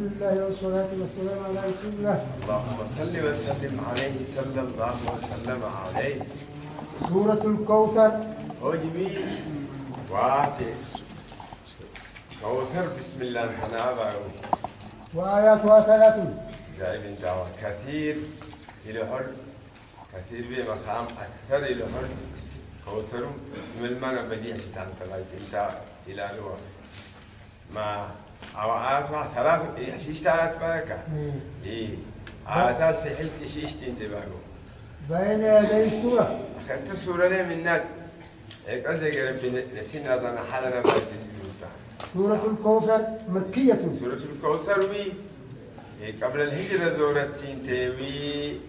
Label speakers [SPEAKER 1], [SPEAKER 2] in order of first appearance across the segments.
[SPEAKER 1] الحمد لله والصلاة والسلام على رسول الله
[SPEAKER 2] اللهم صل وسلم عليه صلى الله وسلم عليه
[SPEAKER 1] سورة الكوثر
[SPEAKER 2] هو جميل وآتي كوثر بسم الله تنابع
[SPEAKER 1] وآياتها ثلاث
[SPEAKER 2] دائما دعوة كثير إلى حل كثير بمقام أكثر إلى حل كوثر من ما بديع سان تلاقي أنت إلى الوقت ما أو آتوا ثلاث إيه شيش ثلاث بركة إيه آتا سحلت شيش تنتبهوا
[SPEAKER 1] بين يدي السورة
[SPEAKER 2] أخذت الصورة ليه من ناد هيك قصدي يا ربي نسينا أنا حالنا ما تجيبوتا
[SPEAKER 1] سورة الكوثر مكية
[SPEAKER 2] سورة الكوثر وي هيك قبل الهجرة زورتين تيوي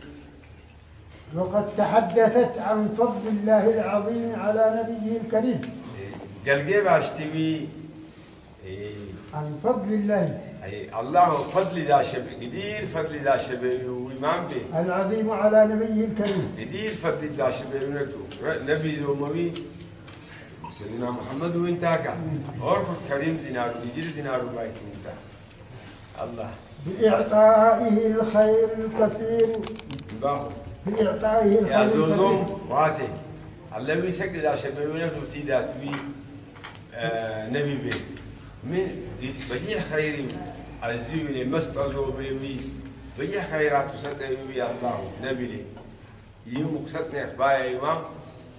[SPEAKER 1] وقد تحدثت عن فضل الله العظيم على نبيه الكريم
[SPEAKER 2] قلقي باش تيوي إيه،
[SPEAKER 1] عن فضل الله
[SPEAKER 2] أي الله فضل ذا شب قدير فضل ذا شبي وإمام به
[SPEAKER 1] العظيم على نبيه الكريم
[SPEAKER 2] قدير فضل ذا شبي ونتو نبي الأموي سيدنا محمد وانتاكا أورخ كريم دينار قدير دينار بايت انت الله
[SPEAKER 1] بإعطائه الخير الكثير
[SPEAKER 2] باهو
[SPEAKER 1] بإعطائه الخير
[SPEAKER 2] يا
[SPEAKER 1] الكثير
[SPEAKER 2] زوزوم واتي الله بيسكت عشان بيقولوا لك تيدا تبي آه، نبي بي من دي- بديع خيري عزيزي مستغزو بيوي بديع خيرات وسطني بي الله نبي لي يومك سطني اخبايا امام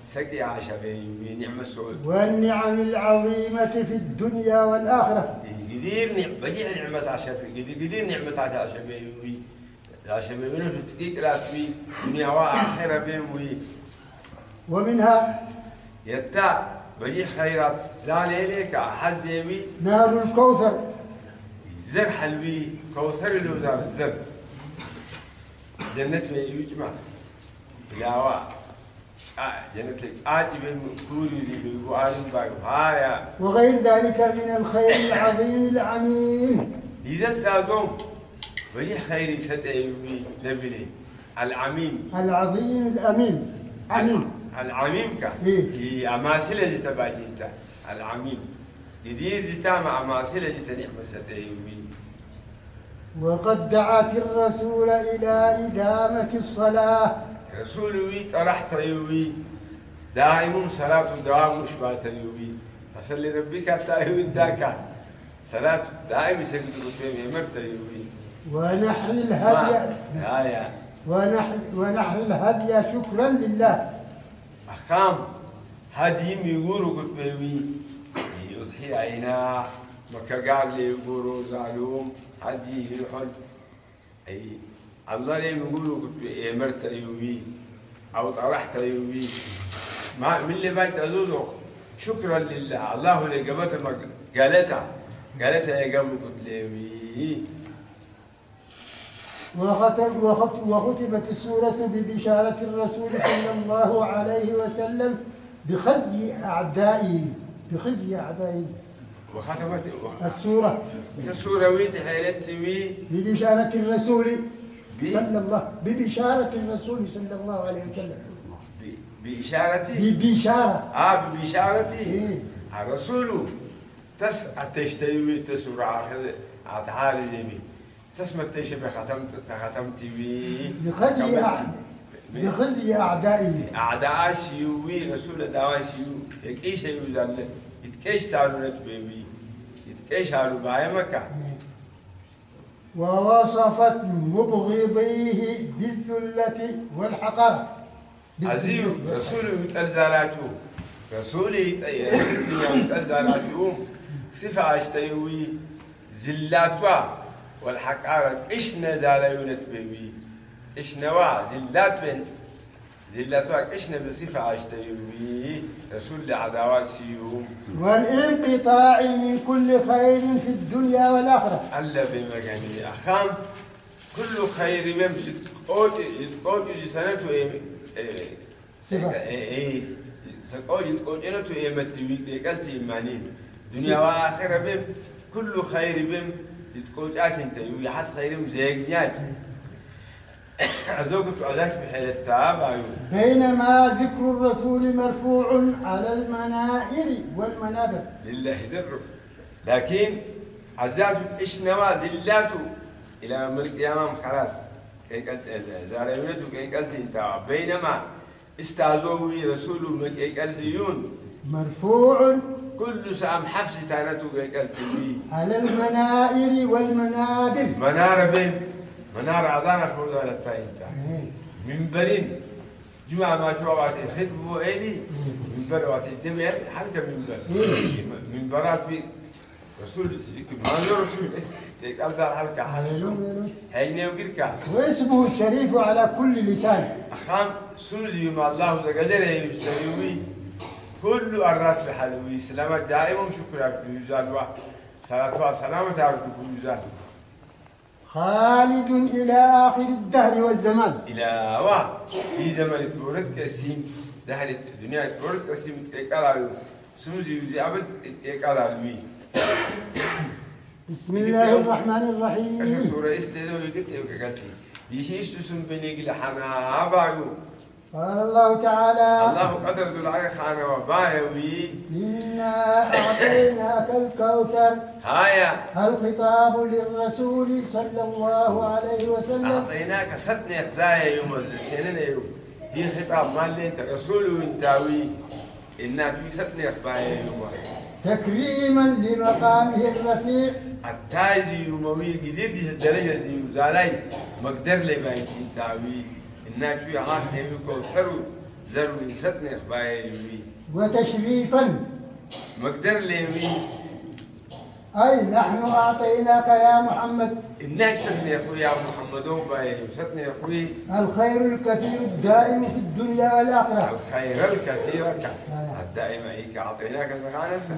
[SPEAKER 2] سكي عاشا بي نعم السعود
[SPEAKER 1] والنعم العظيمة في الدنيا والآخرة
[SPEAKER 2] قدير نعم- بديع نعمة عاشا بي قدير نعمة عاشا بي عاشا بي ونفس تكيك لا تبي دنيا واخره بي وي
[SPEAKER 1] ومنها
[SPEAKER 2] يتا بجي خيرات زالي ليك حزيمي
[SPEAKER 1] نهر الكوثر
[SPEAKER 2] زر حلوي كوثر اللي دار الزر جنة في يجمع لاوا آه جنة لك آتي بين كوري اللي بيقول عالم بايو هايا
[SPEAKER 1] وغير ذلك من الخير العظيم العميم
[SPEAKER 2] إذا تازوم بجي خيري ستأيوي نبلي العميم
[SPEAKER 1] العظيم الأمين عميم
[SPEAKER 2] العميم كا
[SPEAKER 1] إيه.
[SPEAKER 2] هي أماثلة اللي تبعتي انت العميم جديد زيتا مع أماثلة اللي تنعمل ستأيوي
[SPEAKER 1] وقد دعت الرسول إلى إدامة الصلاة
[SPEAKER 2] رسول وي طرحت يوي دائم صلاة دوام مش بات يوي فصل ربك حتى يوي داكا صلاة دائم يسجد قدامي مرت يوي
[SPEAKER 1] ونحر الهدي
[SPEAKER 2] ما يا
[SPEAKER 1] ونحر, ونحر الهدي شكرا لله
[SPEAKER 2] أخام هديم يقولوا قدامي يضحي عينا مكة قال لي يقولوا زعلوم هدي الحل أي الله ليه يقولوا قدامي مرت يوي أو طرحت يوي ما من اللي بايت ازوزو شكرا لله الله اللي قبلتها ما قالتها قالتها يا قبل قلت لي
[SPEAKER 1] وختم وخت- وختمت السورة ببشارة الرسول صلى الله عليه وسلم بخزي أعدائه بخزي أعدائه
[SPEAKER 2] وختمت
[SPEAKER 1] السورة
[SPEAKER 2] السورة ويت حيلتي وي
[SPEAKER 1] ببشارة الرسول
[SPEAKER 2] ب-
[SPEAKER 1] صلى الله ببشارة الرسول صلى الله عليه وسلم
[SPEAKER 2] ب- بإشارتي
[SPEAKER 1] ببشارة
[SPEAKER 2] اه بإشارتي
[SPEAKER 1] إيه.
[SPEAKER 2] الرسول تس اتشتوي تسورة اخر اتعالي جميل تسمى تشبه ختمت ختمتي وي
[SPEAKER 1] بخزي أع-
[SPEAKER 2] كملتي.
[SPEAKER 1] بخزي أعدائه
[SPEAKER 2] أعداء شيوي رسول دعوة شيو يكيش أيو ذل يتكيش سالونة بيبي يتكيش هالو باي مكة
[SPEAKER 1] ووصفت مبغضيه بالذلة والحقرة
[SPEAKER 2] عزيو رسول يتأزالاتو رسول يتأزالاتو صفة عشتيوي زلاتوا والحقارة إيش نزالونة بيبي إيش نوا زلاتوا زلاتوا إيش بصفة عشتيوي رسول عداوة شيو
[SPEAKER 1] والانقطاع من كل خير في الدنيا والآخرة
[SPEAKER 2] ألا بمجاني أخام كل خير يمشي تقول يتقول جسنته إيه إيه تقول يتقول جنته إيه ما تبي قلت إيمانين دنيا وآخرة بم كل خير بم يتقول أنت يوي حد خير مزيجنيات أزوجك أذاك بحيل التعب أيوه
[SPEAKER 1] بينما ذكر الرسول مرفوع على المنائر والمنابر
[SPEAKER 2] لله در لكن عزاته تعيش نوا ذلاته إلى يوم القيامة خلاص كي قلت زاريونته كي قلت انت بينما استعزوه رسول من كي قلت يون
[SPEAKER 1] مرفوع
[SPEAKER 2] كل سام حفظ تانته كي قلت لي
[SPEAKER 1] على المنائر والمنابر
[SPEAKER 2] منارة بين منارة عزانة فرزانة تاينتا
[SPEAKER 1] إيه.
[SPEAKER 2] منبرين جمعة ما جوعت خدموا إلي منبر وقت الدنيا حركة منبر منبرات في رسول ما له رسول قال ذا الحركة حركة
[SPEAKER 1] هللويا.
[SPEAKER 2] هاي نيم قركة
[SPEAKER 1] واسمه الشريف على كل لسان
[SPEAKER 2] أخام سوزي ما الله ذا قدر يسوي كل أرات بحلوي سلامة دائما شكرا في يزال واحد صلاة وسلامة على كل يزال
[SPEAKER 1] خالد إلى آخر الدهر والزمان
[SPEAKER 2] إلى واحد في زمن تورد كاسيم دهل الدنيا تورد كاسيم تكيكال على سوزي وزي عبد تكيكال على مين
[SPEAKER 1] بسم الله الرحمن
[SPEAKER 2] Kanskje
[SPEAKER 1] الرحيم
[SPEAKER 2] sora i stedet og ikke til å gati. De kiste som benigler han er bago.
[SPEAKER 1] قال الله تعالى
[SPEAKER 2] Allah qadar du lager han er bago vi.
[SPEAKER 1] إنا أعطيناك الكوثر
[SPEAKER 2] Haya.
[SPEAKER 1] الخطاب للرسول صلى الله عليه وسلم
[SPEAKER 2] أعطيناك ستنا خزايا يوم السنين يوم. دي خطاب مال انت رسول وانتاوي. إنك في ستنا خبايا يوم.
[SPEAKER 1] تكريما لمقامه الرفيع
[SPEAKER 2] التاجي يوموي قدير دي الدرجة دي وزاري مقدر لي باين تنتاوي. إنك في عاد نبيكو ثرو ذرو ستنا خبايا يوم.
[SPEAKER 1] وتشريفا
[SPEAKER 2] مقدر لي يوم.
[SPEAKER 1] أي نحن أعطيناك يا محمد
[SPEAKER 2] الناس ستني يا اخوي يا أبو محمد وباي ستني يا اخوي
[SPEAKER 1] الخير الكثير الدائم في الدنيا والآخرة
[SPEAKER 2] الخير الكثير ك- الدائم هيك اعطيناك الخانسة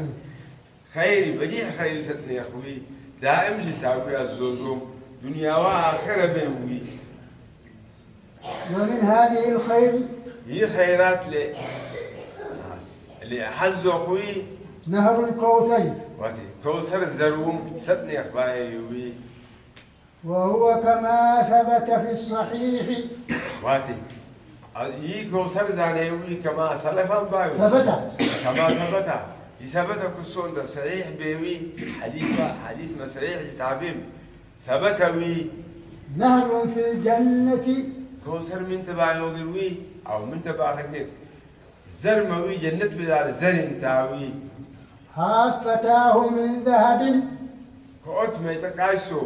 [SPEAKER 2] خير بديع خير ستني يا اخوي دائم جتاوي الزوزوم دنيا واخره بينوي
[SPEAKER 1] ومن هذه الخير
[SPEAKER 2] هي خيرات ل لحز اخوي
[SPEAKER 1] نهر الكوثر
[SPEAKER 2] وقت كوثر الزروم ستني اخباي يوي
[SPEAKER 1] وهو كما ثبت في الصحيح
[SPEAKER 2] واتي هي كوثر دانيوي كما سلفا بايو
[SPEAKER 1] ثبت
[SPEAKER 2] كما ثبت ثبت كسون ده صحيح بيوي حديث ما حديث ما صحيح تعبيم ثبت وي
[SPEAKER 1] نهر في الجنة
[SPEAKER 2] كوثر من تبع يوغل وي او من تبع تكنيك زر ما وي جنة بدار زر تاوي
[SPEAKER 1] حافتاه من ذهب
[SPEAKER 2] كوت ما يتقايسو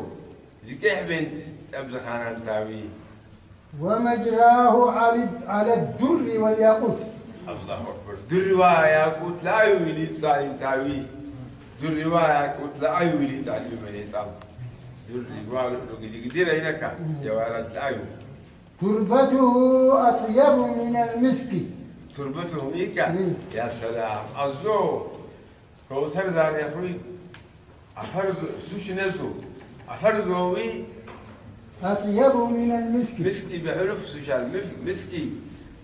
[SPEAKER 2] زكيح بين ابز خانان تاوي
[SPEAKER 1] ومجراه على على الدر والياقوت
[SPEAKER 2] الله اكبر در رواية كوت لا يولي سالم تاوي در رواية كوت لا يولي تعلم من يتعلم در رواية لو قدر هناك جوارات لا يولي
[SPEAKER 1] تربته أطيب من المسك
[SPEAKER 2] تربتهم إيكا
[SPEAKER 1] مم.
[SPEAKER 2] يا سلام أزو كوثر دار يا أخوي أفرز سوش نزو أفرز هوي
[SPEAKER 1] أطيب من المسك
[SPEAKER 2] مسكي بحلف سوشال مف- مسكي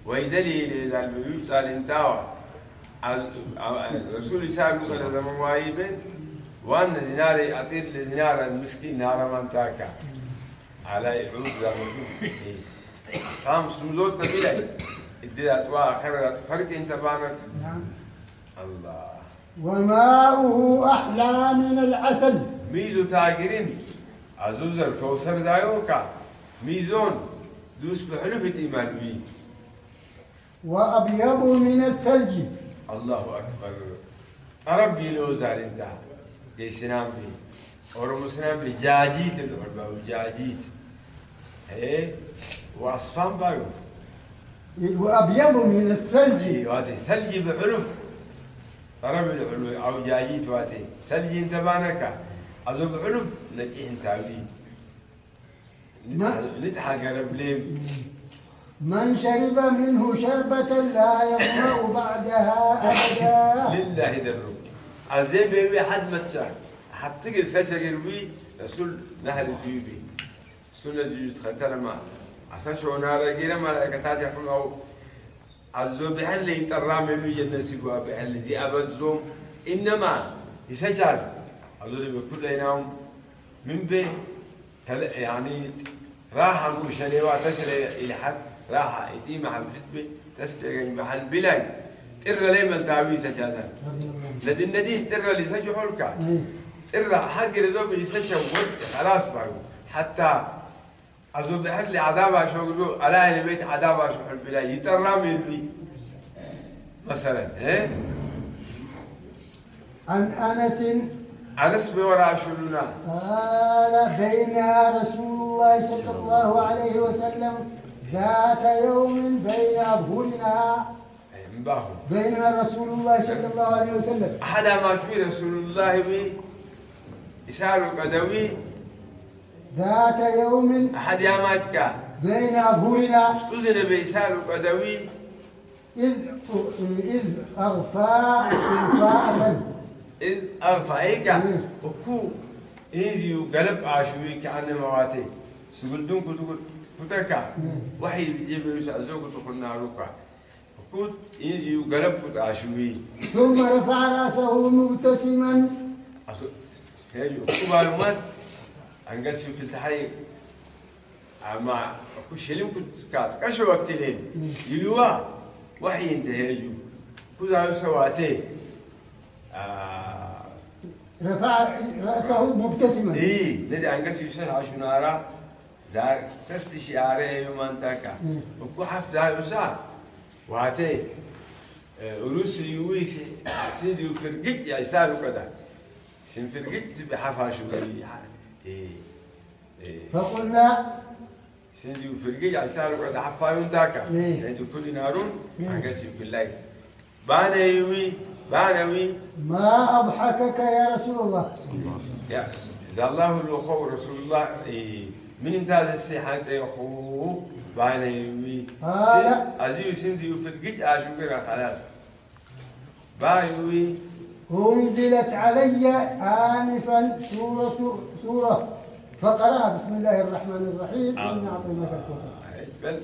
[SPEAKER 2] ويدلي لذا البيوت سال انتاوى رسول سال مكان زمان وايبين وأن زناري أطير لزنار المسكي نار من تاكا على يعود زمان خامس مزور تبيعي إدي أتوا آخر فرق انت بانك
[SPEAKER 1] نعم
[SPEAKER 2] الله
[SPEAKER 1] وماؤه أحلى من العسل
[SPEAKER 2] ميزو تاجرين عزوز الكوثر دايوكا ميزون دوس بحلفة إيمان بي
[SPEAKER 1] وأبيض من الثلج
[SPEAKER 2] الله أكبر أربي لو زارين دا دي سنام بي أورمو سنام بي جاجيت الأربع وجاجيت هي وأصفان بايو
[SPEAKER 1] وأبيض من الثلج
[SPEAKER 2] إيه واتي ثلجي بحلف أربي الحلو أو جاجيت واتي ثلجي انت بانكا أزوج حلف نجي انت عبي
[SPEAKER 1] ما-
[SPEAKER 2] نتحق ربليم
[SPEAKER 1] من شرب منه شربة لا يظمأ بعدها أبدا
[SPEAKER 2] لله دبرو عزيز بيبي حد مسا حطيك الساشا قلبي رسول نهر الجيوبي سنة جيوز ختنا ما عسان شو نارا جيرا ما كتاتي حكم أو عزو بحن لي ترى منو ينسي قوا بحن لي زي أبد زوم إنما يسجل عزو اللي بكل ينام من بي تل يعني راحة وشلي واتسل إلى حد راحة إتي مع الفتبة تستيقن محل بلاي ترى لي من تعويسة جاتا لدي النديه ترى لي سجحولك
[SPEAKER 1] إيه.
[SPEAKER 2] ارع حجر ذوب يسكن ود خلاص بايو حتى أزود حد لي عذاب شغلو على أهل البيت عذاب شغل بلا يترام بي مثلا إيه
[SPEAKER 1] عن أنس
[SPEAKER 2] أنس بورا شلونا
[SPEAKER 1] قال بينا رسول الله صلى الله عليه وسلم ذات يوم بين أظهرنا
[SPEAKER 2] مباهم
[SPEAKER 1] بيننا رسول الله صلى الله عليه وسلم
[SPEAKER 2] أحد ما في رسول الله بي يسأل قدوي
[SPEAKER 1] ذات يوم
[SPEAKER 2] أحد يا ماتكا
[SPEAKER 1] بين أظهرنا
[SPEAKER 2] أذن بيسأل قدوي
[SPEAKER 1] إذ إذ أغفى إغفاء
[SPEAKER 2] إذ أرفعيك
[SPEAKER 1] مم.
[SPEAKER 2] وكو إيدي وقلب عاشويك عن مواتي سقلدون كتقول كتكا
[SPEAKER 1] مم.
[SPEAKER 2] وحي بيجيب يوسع زوج تقولنا روكا كوت إيدي وقلب كت عاشوي
[SPEAKER 1] ثم رفع رأسه مبتسما
[SPEAKER 2] أصو تيجي كو معلومات عن قصي كنت حي أما كو شلم كنت كات كشو وقت لين يلوا وحي انتهيجو كو زاو سواتي آه
[SPEAKER 1] رفع رأسه مبتسما
[SPEAKER 2] ايه ندي عن قصي يوسف عشان ارى زار تستشي ارى يوم انت كا
[SPEAKER 1] إيه.
[SPEAKER 2] وكو حف لا يوسف واتي آه، روسي يويس سيدي فرقت يا يسالو كذا سن فرقت بحفا شو ايه ايه
[SPEAKER 1] فقلنا
[SPEAKER 2] سيدي فرقت يا يسالو كذا حفا يوم تاكا
[SPEAKER 1] إيه.
[SPEAKER 2] ندي كل نارون
[SPEAKER 1] إيه.
[SPEAKER 2] عن قصي بالله بانا يوي بانا يوي
[SPEAKER 1] ما أضحكك يا رسول الله
[SPEAKER 2] يا إذا الله لو خو رسول الله إيه من انت هذا السيحات يا خو بانا يوي
[SPEAKER 1] آه، لا.
[SPEAKER 2] عزيو سندي في الجد اشكرها خلاص بايوي
[SPEAKER 1] أنزلت علي آنفا سورة سورة فقرأها بسم الله الرحمن الرحيم
[SPEAKER 2] آه.
[SPEAKER 1] إنا أعطيناك الكوثر
[SPEAKER 2] بل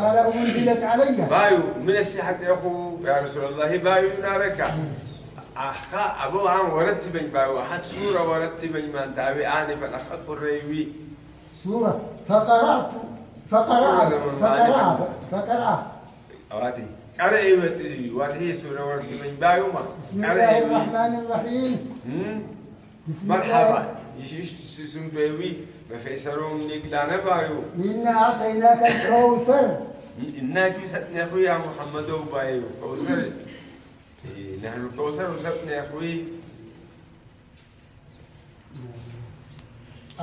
[SPEAKER 1] قال أنزلت علي
[SPEAKER 2] بايو من السيحات يا خو يا رسول الله بايو نارك أخا أبو عم ورتب بايو أحد سورة ورتب ما انت أبي آنفا أخاك الريوي
[SPEAKER 1] سورة فقرأت فقرأت فقرأت فقرأت
[SPEAKER 2] أواتي قرأي واتي واتي سورة ورتب بايو ما
[SPEAKER 1] بسم الله الرحمن الرحيم
[SPEAKER 2] هم؟
[SPEAKER 1] بسم الله
[SPEAKER 2] مرحبا يشيش تسوسون بيوي ما فيسرون نيك لا نبايو
[SPEAKER 1] إنا أعطيناك الكوثر
[SPEAKER 2] إنك يساتني أخوي يا محمد وبايو كوثر إيه، نحن كوثر وساتني أخوي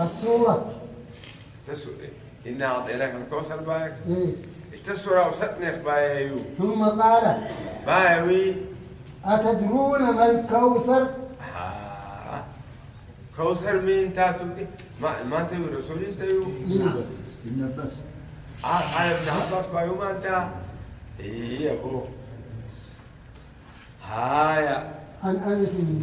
[SPEAKER 1] السورة
[SPEAKER 2] تسو إيه، إنا أعطيناك الكوثر بايك
[SPEAKER 1] إيه.
[SPEAKER 2] Eh, التسورة وساتني أخبايو
[SPEAKER 1] ثم قال
[SPEAKER 2] بايوي
[SPEAKER 1] أتدرون ما الكوثر
[SPEAKER 2] آه. كوثر مين تاتو دي؟ ما ما انت رسول انت يو
[SPEAKER 3] ابن عباس
[SPEAKER 2] ع- على ابن عباس بايو ما انت ايه يا ابو هايا
[SPEAKER 1] عن أنس بن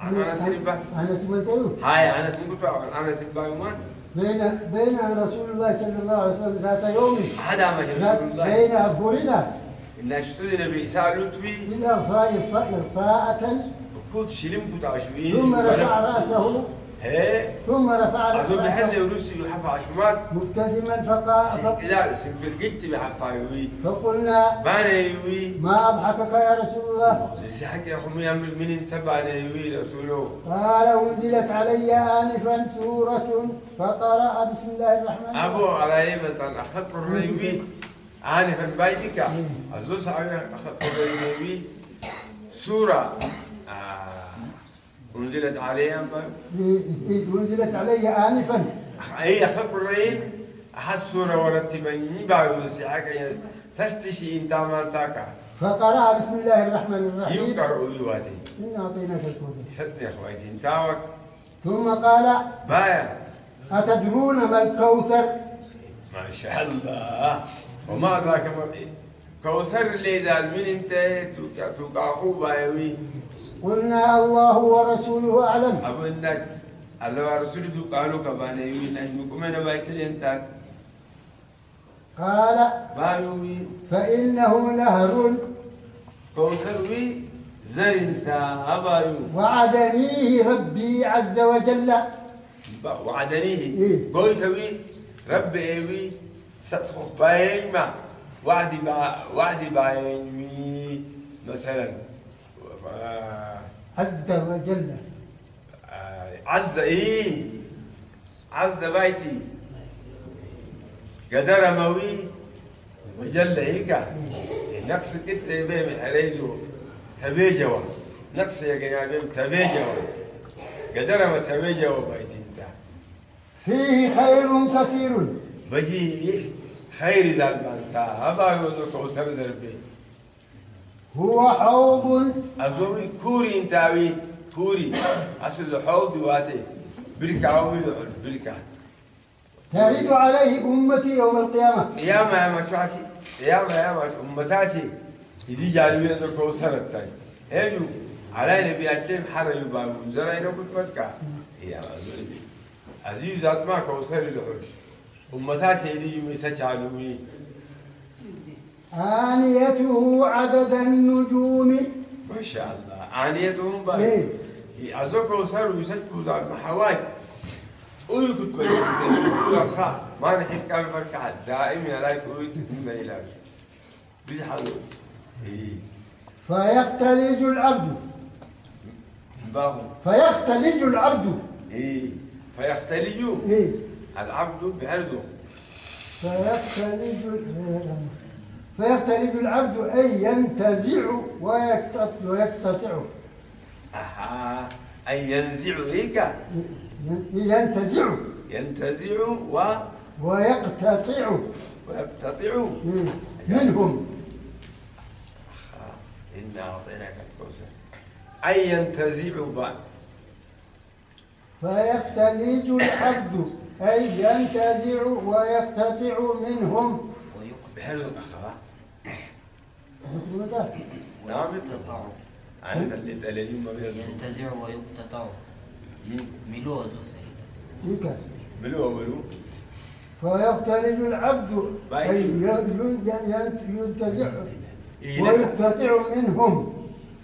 [SPEAKER 2] عن انس بن
[SPEAKER 1] أنس بن تيمية.
[SPEAKER 2] هاي انس بن قلت عن انس بن يومان
[SPEAKER 1] بين بين رسول الله صلى الله عليه وسلم ذات يوم
[SPEAKER 2] احد عمل
[SPEAKER 1] ذات-
[SPEAKER 2] رسول الله
[SPEAKER 1] بين أظهرنا
[SPEAKER 2] ان اشتد بيسا لطفي
[SPEAKER 1] إلى إرفاء إرفاء
[SPEAKER 2] كنت شلم كنت عشوين
[SPEAKER 1] ثم رفع رأسه
[SPEAKER 2] هي
[SPEAKER 1] ثم رفع
[SPEAKER 2] اظن
[SPEAKER 1] رأسه
[SPEAKER 2] حل روسي وحف عشمات
[SPEAKER 1] مبتسما فقال
[SPEAKER 2] اذا سنفرقت بحفا يوي
[SPEAKER 1] فقلنا
[SPEAKER 2] بانا يوي
[SPEAKER 1] ما أضحكك يا رسول الله
[SPEAKER 2] بس حكي اخو مين عمل من انتبع يوي رسوله
[SPEAKER 1] قال أنزلت علي آنفا سورة فقرأ بسم الله الرحمن
[SPEAKER 2] ابو
[SPEAKER 1] الرحيم
[SPEAKER 2] على يمة اخذت الريوي عاني من بيتك ازوز على اخذت الريوي سورة آه. انزلت عليها ما-
[SPEAKER 1] إيه، أنزلت علي آنفا
[SPEAKER 2] اي اخذت الريل احد سورة ورتبني بعد ساعة تستشي انت ما تاكا
[SPEAKER 1] فقرأ بسم الله الرحمن الرحيم
[SPEAKER 2] يوكر ويواتي
[SPEAKER 1] إنا أعطيناك الكوثر
[SPEAKER 2] صدق يا اخواتي انتاوك
[SPEAKER 1] ثم قال
[SPEAKER 2] بايا
[SPEAKER 1] أتدرون ما الكوثر؟
[SPEAKER 2] ما شاء الله وما ادراك ما كوثر اللي اذا من انت توقع- توقعه بايوي
[SPEAKER 1] قلنا الله ورسوله أعلم
[SPEAKER 2] abin da Allah Rasulu tu kano ka ba na yi na yi kuma na ba kire ta
[SPEAKER 1] قال
[SPEAKER 2] ba yi
[SPEAKER 1] فإنه نهر
[SPEAKER 2] kausar wi zarin ta abayu
[SPEAKER 1] وعدنيه ربي عز وجل
[SPEAKER 2] ba wa adanihi
[SPEAKER 1] إيه.
[SPEAKER 2] goita wi rabbi ewi satko bayan ma wa'di ba wa'di bayan mi masalan
[SPEAKER 1] عز وجل
[SPEAKER 2] آه، عز ايه عز بيتي قدر موي وجل هيك نقص انت يبين حريزو تبيجوا نقص يا جنابين تبيجوا قدر ما تبيجوا بيتي انت
[SPEAKER 1] فيه خير كثير
[SPEAKER 2] بجي خير زلمانتا هبا يوزك عسر زربي
[SPEAKER 1] هو حوض
[SPEAKER 2] أزوي كوري انتاوي كوري أصل حوض واتي بركة أو بركة
[SPEAKER 1] ترد عليه أمتي يوم القيامة
[SPEAKER 2] قيامة يا مكاشي قيامة يا مك أمتاشي يدي جالوية ذكو سنتاي هيجو علينا بيأتيم حرا يباو زرعنا كنت متكا يا أزوي أزيو ذات ما كوسر الحل أمتاشي يدي يمسا شالوي
[SPEAKER 1] آنيته عدد النجوم
[SPEAKER 2] ما شاء الله عانيتهم
[SPEAKER 1] ليه؟
[SPEAKER 2] بقى أزوك وصاروا يسجلوا ذا المحاوات أوي كنت بجيت كل أخا ما نحب كان بركع دائما ألاقي أوي تتمنى إلى بيجي حلو إيه
[SPEAKER 1] فيختلج العبد
[SPEAKER 2] باهم
[SPEAKER 1] فيختلج العبد
[SPEAKER 2] إيه فيختلجوا
[SPEAKER 1] إيه
[SPEAKER 2] العبد بعرضه
[SPEAKER 1] فيختلج ال- فيختلج العبد أي ينتزع ويقتط- ويقتطع
[SPEAKER 2] أها أي ينزع هيك
[SPEAKER 1] إيه. ينتزع
[SPEAKER 2] ينتزع و...
[SPEAKER 1] ويقتطع إيه.
[SPEAKER 2] ويقتطع
[SPEAKER 1] منهم
[SPEAKER 2] آه، إنا أعطيناك الكوثر أي ينتزع بقى
[SPEAKER 1] فيختلج العبد أي ينتزع ويقتطع منهم
[SPEAKER 2] بحرز الأخرى
[SPEAKER 1] وده
[SPEAKER 2] نعم يطلع عارف اللي تلاتين ما بيرزقوا
[SPEAKER 3] ينتزع ويقتطع ملوز وسيد
[SPEAKER 1] لك.
[SPEAKER 2] بلو بلو
[SPEAKER 1] فيختلج العبد
[SPEAKER 2] بعيد.
[SPEAKER 1] أي ي- ين- ين- ينتزع
[SPEAKER 2] إيه لسه
[SPEAKER 1] ويقتطع منهم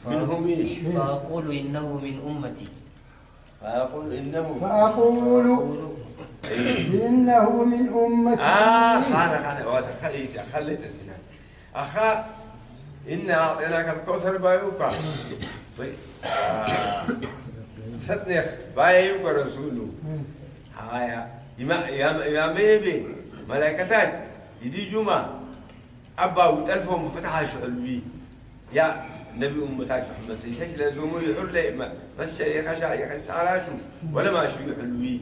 [SPEAKER 2] منهم إيه
[SPEAKER 3] فأقول إنه من أمتي
[SPEAKER 2] فأقول إنه إيه؟
[SPEAKER 1] فأقول إنه من
[SPEAKER 2] آه
[SPEAKER 1] أمتي
[SPEAKER 2] خانة خانة ودخلت دخلت السنان أخا إنا أعطيناك الكوثر بايوكا بي- آه. ستنخ بايوكا رسوله هايا يما يما يما بيبي ملائكتات يدي جمعة أبا وتلفهم فتحها شعلبي يا نبي أمتك محمد سيسك لازمو يحر لي ما بس يخشع يخشع على شو ولا ما شو يحلوي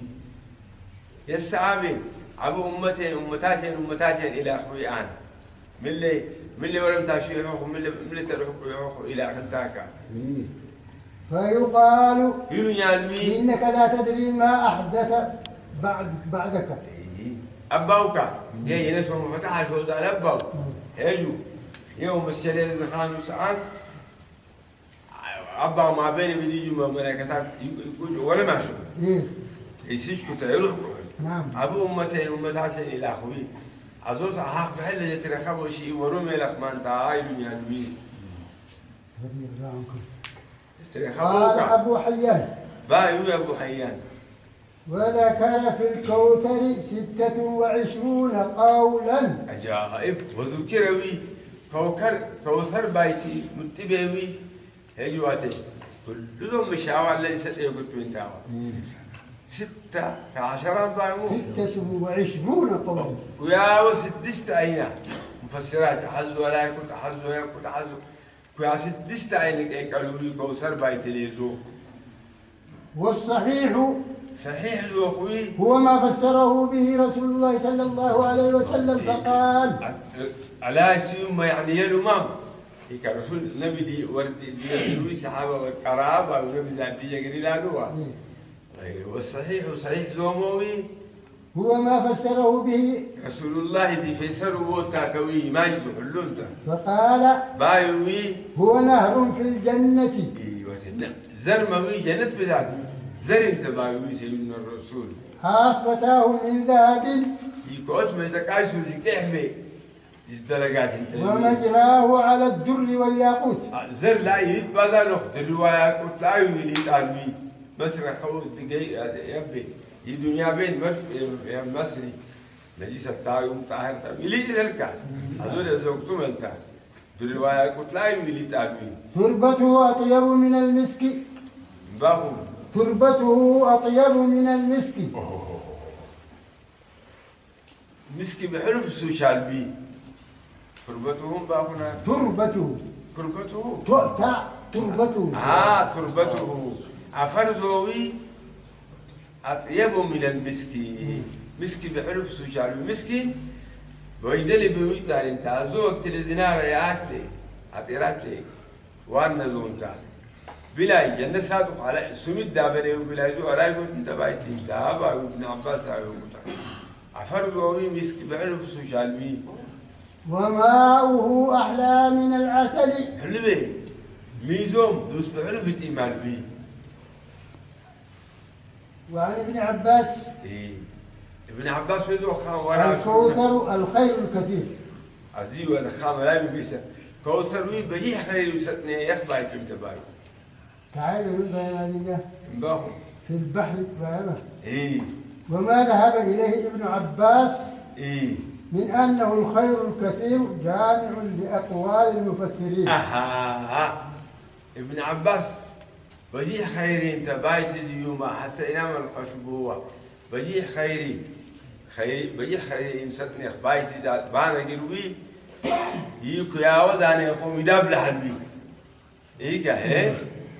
[SPEAKER 2] يا السعابي أبو أمتين أمتاتين أمتاتين إلى أخوي أنا من اللي من اللي ولم تاشي يعوخ من اللي من اللي تروح يعوخ إلى أخنتاك
[SPEAKER 1] فيقال
[SPEAKER 2] يلو يا لوي
[SPEAKER 1] إنك لا تدري ما أحدث بعد بعدك
[SPEAKER 2] أبوك إيه، يا ناس ما فتحها شو زعل أبو هيجو إيه، يوم السليل زخان وسعان أبا ما بيني بدي يجوا ملائكتات يقولوا ولا ما شو
[SPEAKER 1] إيه
[SPEAKER 2] يسيجكوا تعيروح
[SPEAKER 1] نعم
[SPEAKER 2] أبو أمتين أمتاتين إلى أخوي أزوز أحاق بحل يترخبوا شيء ورومي لخمان تعايل يا لوي
[SPEAKER 1] رضي الله عنكم قال
[SPEAKER 2] يترخبوك
[SPEAKER 1] أبو حيان
[SPEAKER 2] بايو يا أبو حيان
[SPEAKER 1] وذكر في الكوثر ستة وعشرون قولا
[SPEAKER 2] عجائب وذكروي كوكر كوثر بايتي متبيوي هيجواتي كلهم مشاوى ليس يقول من دعوة ستة عشر بايمو
[SPEAKER 1] ستة وعشرون قولا
[SPEAKER 2] ويا وسدست عينا مفسرات حز ولا يكون حز ولا يكون حز كويا سدست عينك ايك الوي كوثر بايتي ليزو
[SPEAKER 1] والصحيح
[SPEAKER 2] صحيح يا اخوي
[SPEAKER 1] هو ما فسره به رسول الله صلى الله عليه وسلم فقال
[SPEAKER 2] على سيوم يعني يلو مام هيك رسول النبي دي ورد دي روي صحابه والقرابه والنبي زادي يجري لالوا
[SPEAKER 1] إيه؟
[SPEAKER 2] أي أيوة، والصحيح وصحيح زوموي
[SPEAKER 1] هو ما فسره به
[SPEAKER 2] رسول الله دي فيسر وولتا كوي ما يزحلونتا
[SPEAKER 1] فقال
[SPEAKER 2] بايوي
[SPEAKER 1] هو نهر في الجنة
[SPEAKER 2] ايوه تنع. زرموي جنت بذات زر انت بايوي سيدنا الرسول
[SPEAKER 1] حافتاه من ذهب
[SPEAKER 2] يكوت ما يتقاسوا زكحمي ازدلقات انت آه،
[SPEAKER 1] ومجراه على الدر والياقوت
[SPEAKER 2] زر لا يد بازا نخد الرواية قلت لا يولي تعلمي مصر خو دقي آه، يبي الدنيا بين مف- يا مصري نجيس بتاعي ومتعهر تعلمي ليه ذلك هذول يزوجتم التا الرواية قلت لا يولي تعلمي
[SPEAKER 1] تربته أطيب من المسك
[SPEAKER 2] تربهم
[SPEAKER 1] تربته أطيب من المسك
[SPEAKER 2] مسكي بحرف سو شالبي تربتهم باكنا
[SPEAKER 1] تربته
[SPEAKER 2] تربته
[SPEAKER 1] تؤتى تربته
[SPEAKER 2] آه تربته أفرزوي أطيب من المسكي مسكي بحرف سو شالبي مسكي بويدلي بويد قال انت ازوك تلزنار يا اكلي اطيرات لي وانا زونتا بلا جنة ساتو على سميد دابلي وبلا جو على يقول انت بايت انت ابا ابن عباس عيوبتا عفرد وهو مسك بعرف سوشال مي
[SPEAKER 1] وماؤه أحلى من العسل
[SPEAKER 2] حلبي ميزوم دوس بعرف تيمال بي
[SPEAKER 1] وعن ابن عباس
[SPEAKER 2] إيه. ابن عباس ويزو خان ورا
[SPEAKER 1] الكوثر الخير الكثير
[SPEAKER 2] عزيز ولا خان لا بيسا كوثر وي بيجي خير وستني يخبايت انت بايت
[SPEAKER 1] تعالوا البيانية
[SPEAKER 2] انباهم
[SPEAKER 1] في البحر بيانه
[SPEAKER 2] ايه
[SPEAKER 1] وما ذهب إليه ابن عباس
[SPEAKER 2] ايه
[SPEAKER 1] من أنه الخير الكثير جامع لأقوال المفسرين
[SPEAKER 2] أها ابن عباس بديع خيري انت بايت اليوم حتى ينام الخشبوة بديع خيري خير بديع خيري يمسكني بايت دا- بانا قلبي يكو يا وزان يقوم يدابل حلبي ايك هي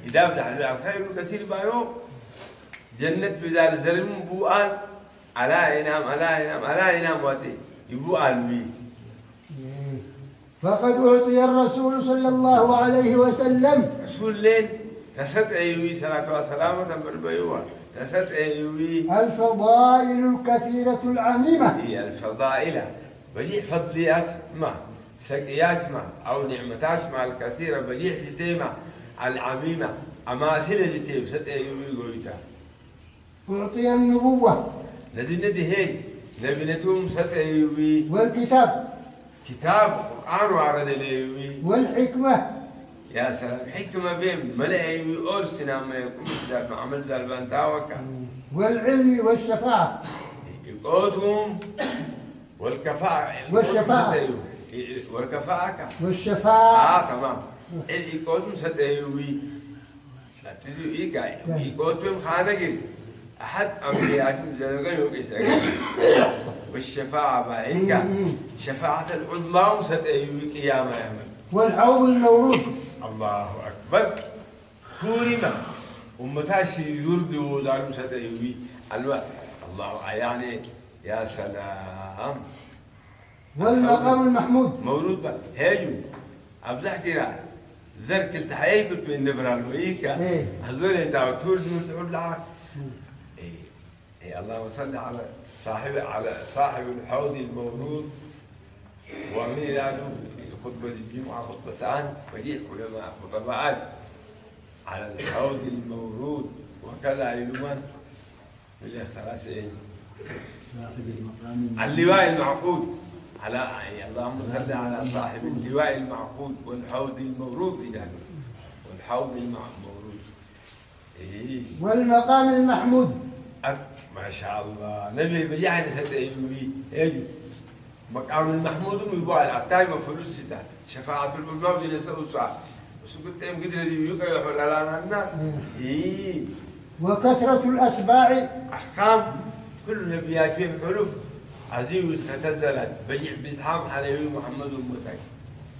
[SPEAKER 2] يدابل حلبي الخير كثير بانو جنة بزار الزلم بوان على ينام على ينام على ينام واتي يبوان بي
[SPEAKER 1] فقد أعطي الرسول صلى الله عليه وسلم
[SPEAKER 2] رسول لين تسد أيوي صلاة وسلامة بالبيوة تسد أيوي
[SPEAKER 1] الفضائل الكثيرة العميمة
[SPEAKER 2] هي الفضائلة بديع فضليات ما سقيات ما أو نعمتات ما الكثيرة بديع جتيمة العميمة أماثلة جتيمة سد أيوي قويتا
[SPEAKER 1] أعطي النبوة
[SPEAKER 2] ندي ندي هي نبنتهم سد أيوي
[SPEAKER 1] والكتاب
[SPEAKER 2] كتاب قرآن وعرض الأيوي
[SPEAKER 1] والحكمة
[SPEAKER 2] يا سلام حكمة بين ملأ أيوي أرسنا ما يكون مثل ما عمل ذا البنتاوكا
[SPEAKER 1] والعلم والشفاعة
[SPEAKER 2] قوتهم والكفاءة
[SPEAKER 1] والشفاعة.
[SPEAKER 2] والكفاءة كا.
[SPEAKER 1] والشفاعة
[SPEAKER 2] اه تمام القوتهم ستأيوي لا تجي إيكا إيكوتهم خانقل أحد أمرياتهم زلقين وقيسا والشفاعة بايكا شفاعة العظمى ستأيوي قيامة يا من
[SPEAKER 1] والحوض المورود
[SPEAKER 2] الله أكبر كورما ومتاشي يرد ودارم ستأيوي الو الله يعني يا سلام
[SPEAKER 1] والمقام المحمود
[SPEAKER 2] مولود بقى هايو أبزح كده زرك التحقيق في النبرة الوئيكة
[SPEAKER 1] إيه.
[SPEAKER 2] هزول انت وتولد من تقول لها ايه ايه اللهم صل على صاحب على صاحب الحوض المورود ومن الى خطبة الجمعة خطبة سعان وجيء علماء خطباء على الحوض المورود وكذا علما اللي خلاص ايه
[SPEAKER 4] صاحب المقام
[SPEAKER 2] على اللواء المعقود على يعني اللهم صل على صاحب اللواء المعقود والحوض المورود إلهنا والحوض المورود إيه
[SPEAKER 1] والمقام المحمود
[SPEAKER 2] أك- ما شاء الله نبي بيعني سيد أيوبي أيوب مقام المحمود ويبوع العتاي مفلوس ستا شفاعة الموت لسه وسعة بس كنت أم قدر يوكا يحول على النار إيه
[SPEAKER 1] وكثرة الأتباع
[SPEAKER 2] أحكام كل نبيات فيهم حلف عزيز ستدلت بيع بزحام حلوي محمد المتك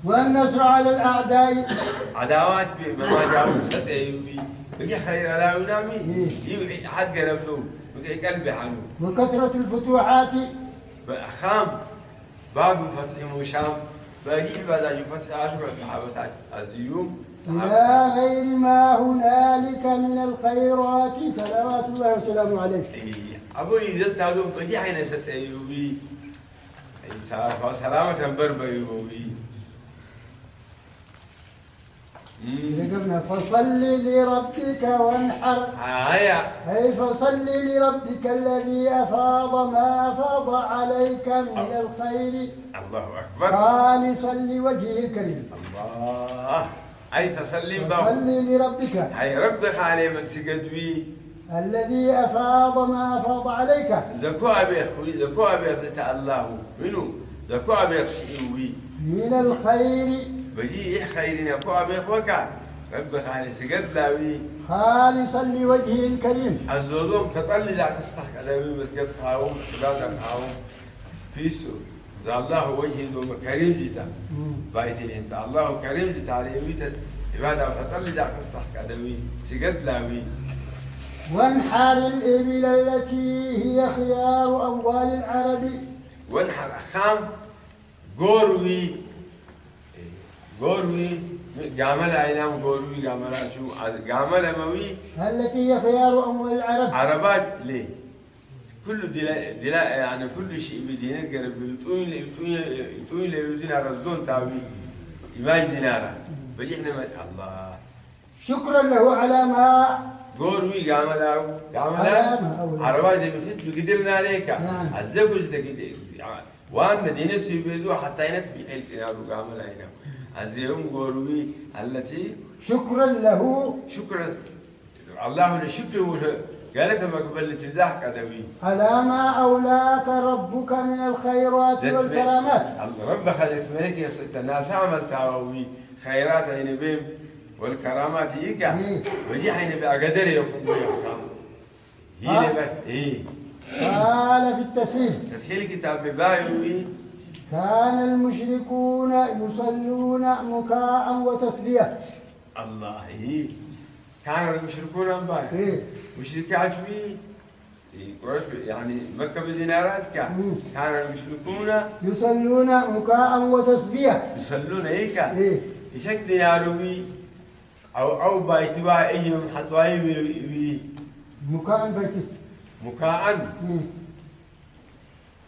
[SPEAKER 1] والنصر على الأعداء
[SPEAKER 2] عداوات بما ما جاهم ست أيوبي بيع خير على ونامي
[SPEAKER 1] إيه.
[SPEAKER 2] يوحي حد قرب له بقي قلبي عنه
[SPEAKER 1] وكثرة الفتوحات
[SPEAKER 2] بأخام باب فتح موشام بيع بدا يفتح عشر صحابة عزيوم
[SPEAKER 1] إلى
[SPEAKER 2] صحابة
[SPEAKER 1] غير ما هنالك من الخيرات صلوات الله وسلامه عليه
[SPEAKER 2] إيه. أبو يزل تعلم بيع عين ست أيوبي أي سلامة سلامة بربا يوبي مم.
[SPEAKER 1] رقمنا فصل لربك وانحر
[SPEAKER 2] آه، هيا
[SPEAKER 1] أي فصل لربك الذي أفاض ما أفاض عليك من الخير
[SPEAKER 2] الله اكبر
[SPEAKER 1] خالصا لوجهه الكريم
[SPEAKER 2] الله اي تسلم باب
[SPEAKER 1] فصل لربك
[SPEAKER 2] هاي ربك عليه من سجدوي
[SPEAKER 1] الذي أفاض ما أفاض عليك
[SPEAKER 2] زكو ابي اخوي زكو ابي اخذت الله منو زكو ابي اخشيوي
[SPEAKER 1] من الخير
[SPEAKER 2] بجي خيرين زكو ابي اخوك رب خالص قد لاوي
[SPEAKER 1] خالصا لوجهه الكريم
[SPEAKER 2] الزودوم تطلي لا تستحق على بس قد خاوم عبادة خاوم في سور ذا الله وجهه دوم كريم جدا بايت انت الله كريم جدا على يميت عبادة تطلي لا تستحق على سقد لاوي
[SPEAKER 1] وانحر الإبل التي هي خيار أموال العرب
[SPEAKER 2] وانحر أخام قوروي قوروي قامل عينام قوروي قامل شو قامل أموي
[SPEAKER 1] التي هي خيار أموال العرب
[SPEAKER 2] عربات ليه كل دلا دلا يعني كل شيء بدينا قرب يتوين يتوين يتوين ليوزين على الزون تاوي يباي دينارا بدي احنا ما الله
[SPEAKER 1] شكرا له على ما
[SPEAKER 2] قوروي قامل أو قامل عربات اللي بفيت بقدرنا عليك عزقوا زكي وانا دينا سيبيدو حتى هنا بحيل دينار قامل هنا عزيهم قوروي التي
[SPEAKER 1] شكرا له
[SPEAKER 2] شكرا الله لشكر قالت ما قبلت الضحك ادوي
[SPEAKER 1] على ما أولاك ربك من الخيرات
[SPEAKER 2] ذات
[SPEAKER 1] والكرامات
[SPEAKER 2] ملك. رب خلت ملك يا سيدي الناس عمل تراوي خيرات عين بيم والكرامات إيكا
[SPEAKER 1] إيه.
[SPEAKER 2] وجي عين بأقدر يا أخوي يا أخوان
[SPEAKER 1] ها؟
[SPEAKER 2] هي لبا إيه
[SPEAKER 1] قال في التسهيل
[SPEAKER 2] تسهيل كتاب ببايوي
[SPEAKER 1] كان المشركون يصلون مكاء وتسلية
[SPEAKER 2] الله إيه كانوا المشركون أنبايا
[SPEAKER 1] إيه
[SPEAKER 2] مشركات بي إيه، قريش بي، يعني مكة بدينارات كان
[SPEAKER 1] مم.
[SPEAKER 2] كان المشركون
[SPEAKER 1] يصلون مكاء وتسلية
[SPEAKER 2] يصلون إيكا
[SPEAKER 1] إيه
[SPEAKER 2] يشك دينارو بي أو أو بايتوا أي من حطواي بي, بي
[SPEAKER 1] مكاء بيتي
[SPEAKER 2] مكاء
[SPEAKER 1] إيه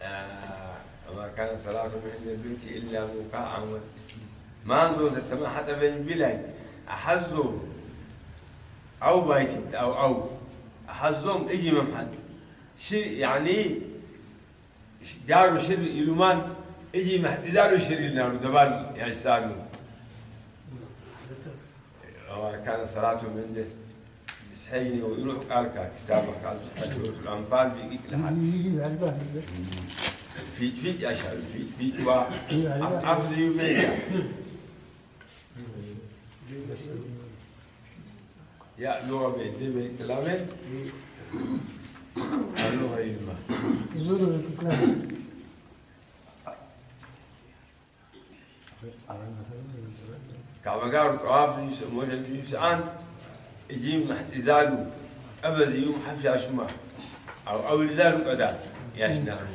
[SPEAKER 2] آه، وما كان صلاتهم عند البنت الا مكاء والتسليم ما انظر تتما حتى بين بلاي احزوا او بايتت او او احزهم اجي من حد شيء يعني قالوا شر الومان اجي محتزاروا شر النار دبان يعسانوا وما آه، كان صلاتهم عند يسحيني ويروح قال كان كتابك قال الانفال بيجيك لحد
[SPEAKER 1] يجي بعرفها.
[SPEAKER 2] في في أشهر في في و أفضل يومين يا لغة بيدي بيت كلامي اللغة يلما
[SPEAKER 1] يزوروا الكتاب.
[SPEAKER 2] كعبة قارو تعاف ليس موجة في يسعان يجيب احتزالو أبدا يوم حفي أشما أو أو لزالو قدا يا شنارو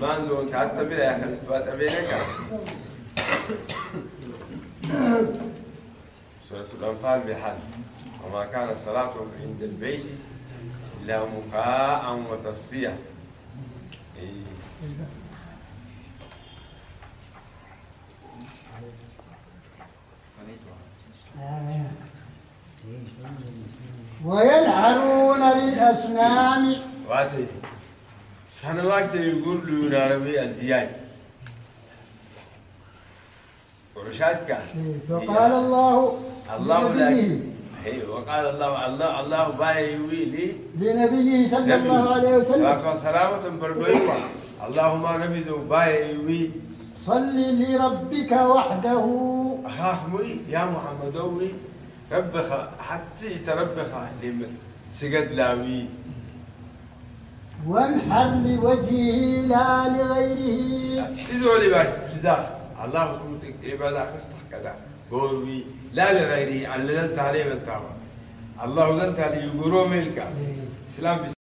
[SPEAKER 2] ما نزون تعتب يا أخي سبات أبينك سورة الأنفال بحل وما كان صلاتهم عند البيت إلا مقاء وتصدية إيه.
[SPEAKER 1] ويلعنون للأصنام
[SPEAKER 2] واتي سنواك يقول له العربي الزياد ورشادك
[SPEAKER 1] فقال الله
[SPEAKER 2] الله لك
[SPEAKER 1] لنبيه
[SPEAKER 2] هي وقال الله الله الله باي ويلي
[SPEAKER 1] لنبيه صلى الله عليه وسلم
[SPEAKER 2] صلاة وسلامة بربيوة اللهم نبي ذو باي وي
[SPEAKER 1] صل لربك وحده
[SPEAKER 2] أخاخ موي يا محمد وي ربخ حتى تربخ لمت سجد لاوي
[SPEAKER 1] وانحر لوجهه لا لغيره
[SPEAKER 2] تزولي بس لذاك الله سبحانه وتعالى خصتك كذا قولي لا لغيره أن نزلت عليه من تاوى الله نزلت عليه يقولوا ملكا اسلام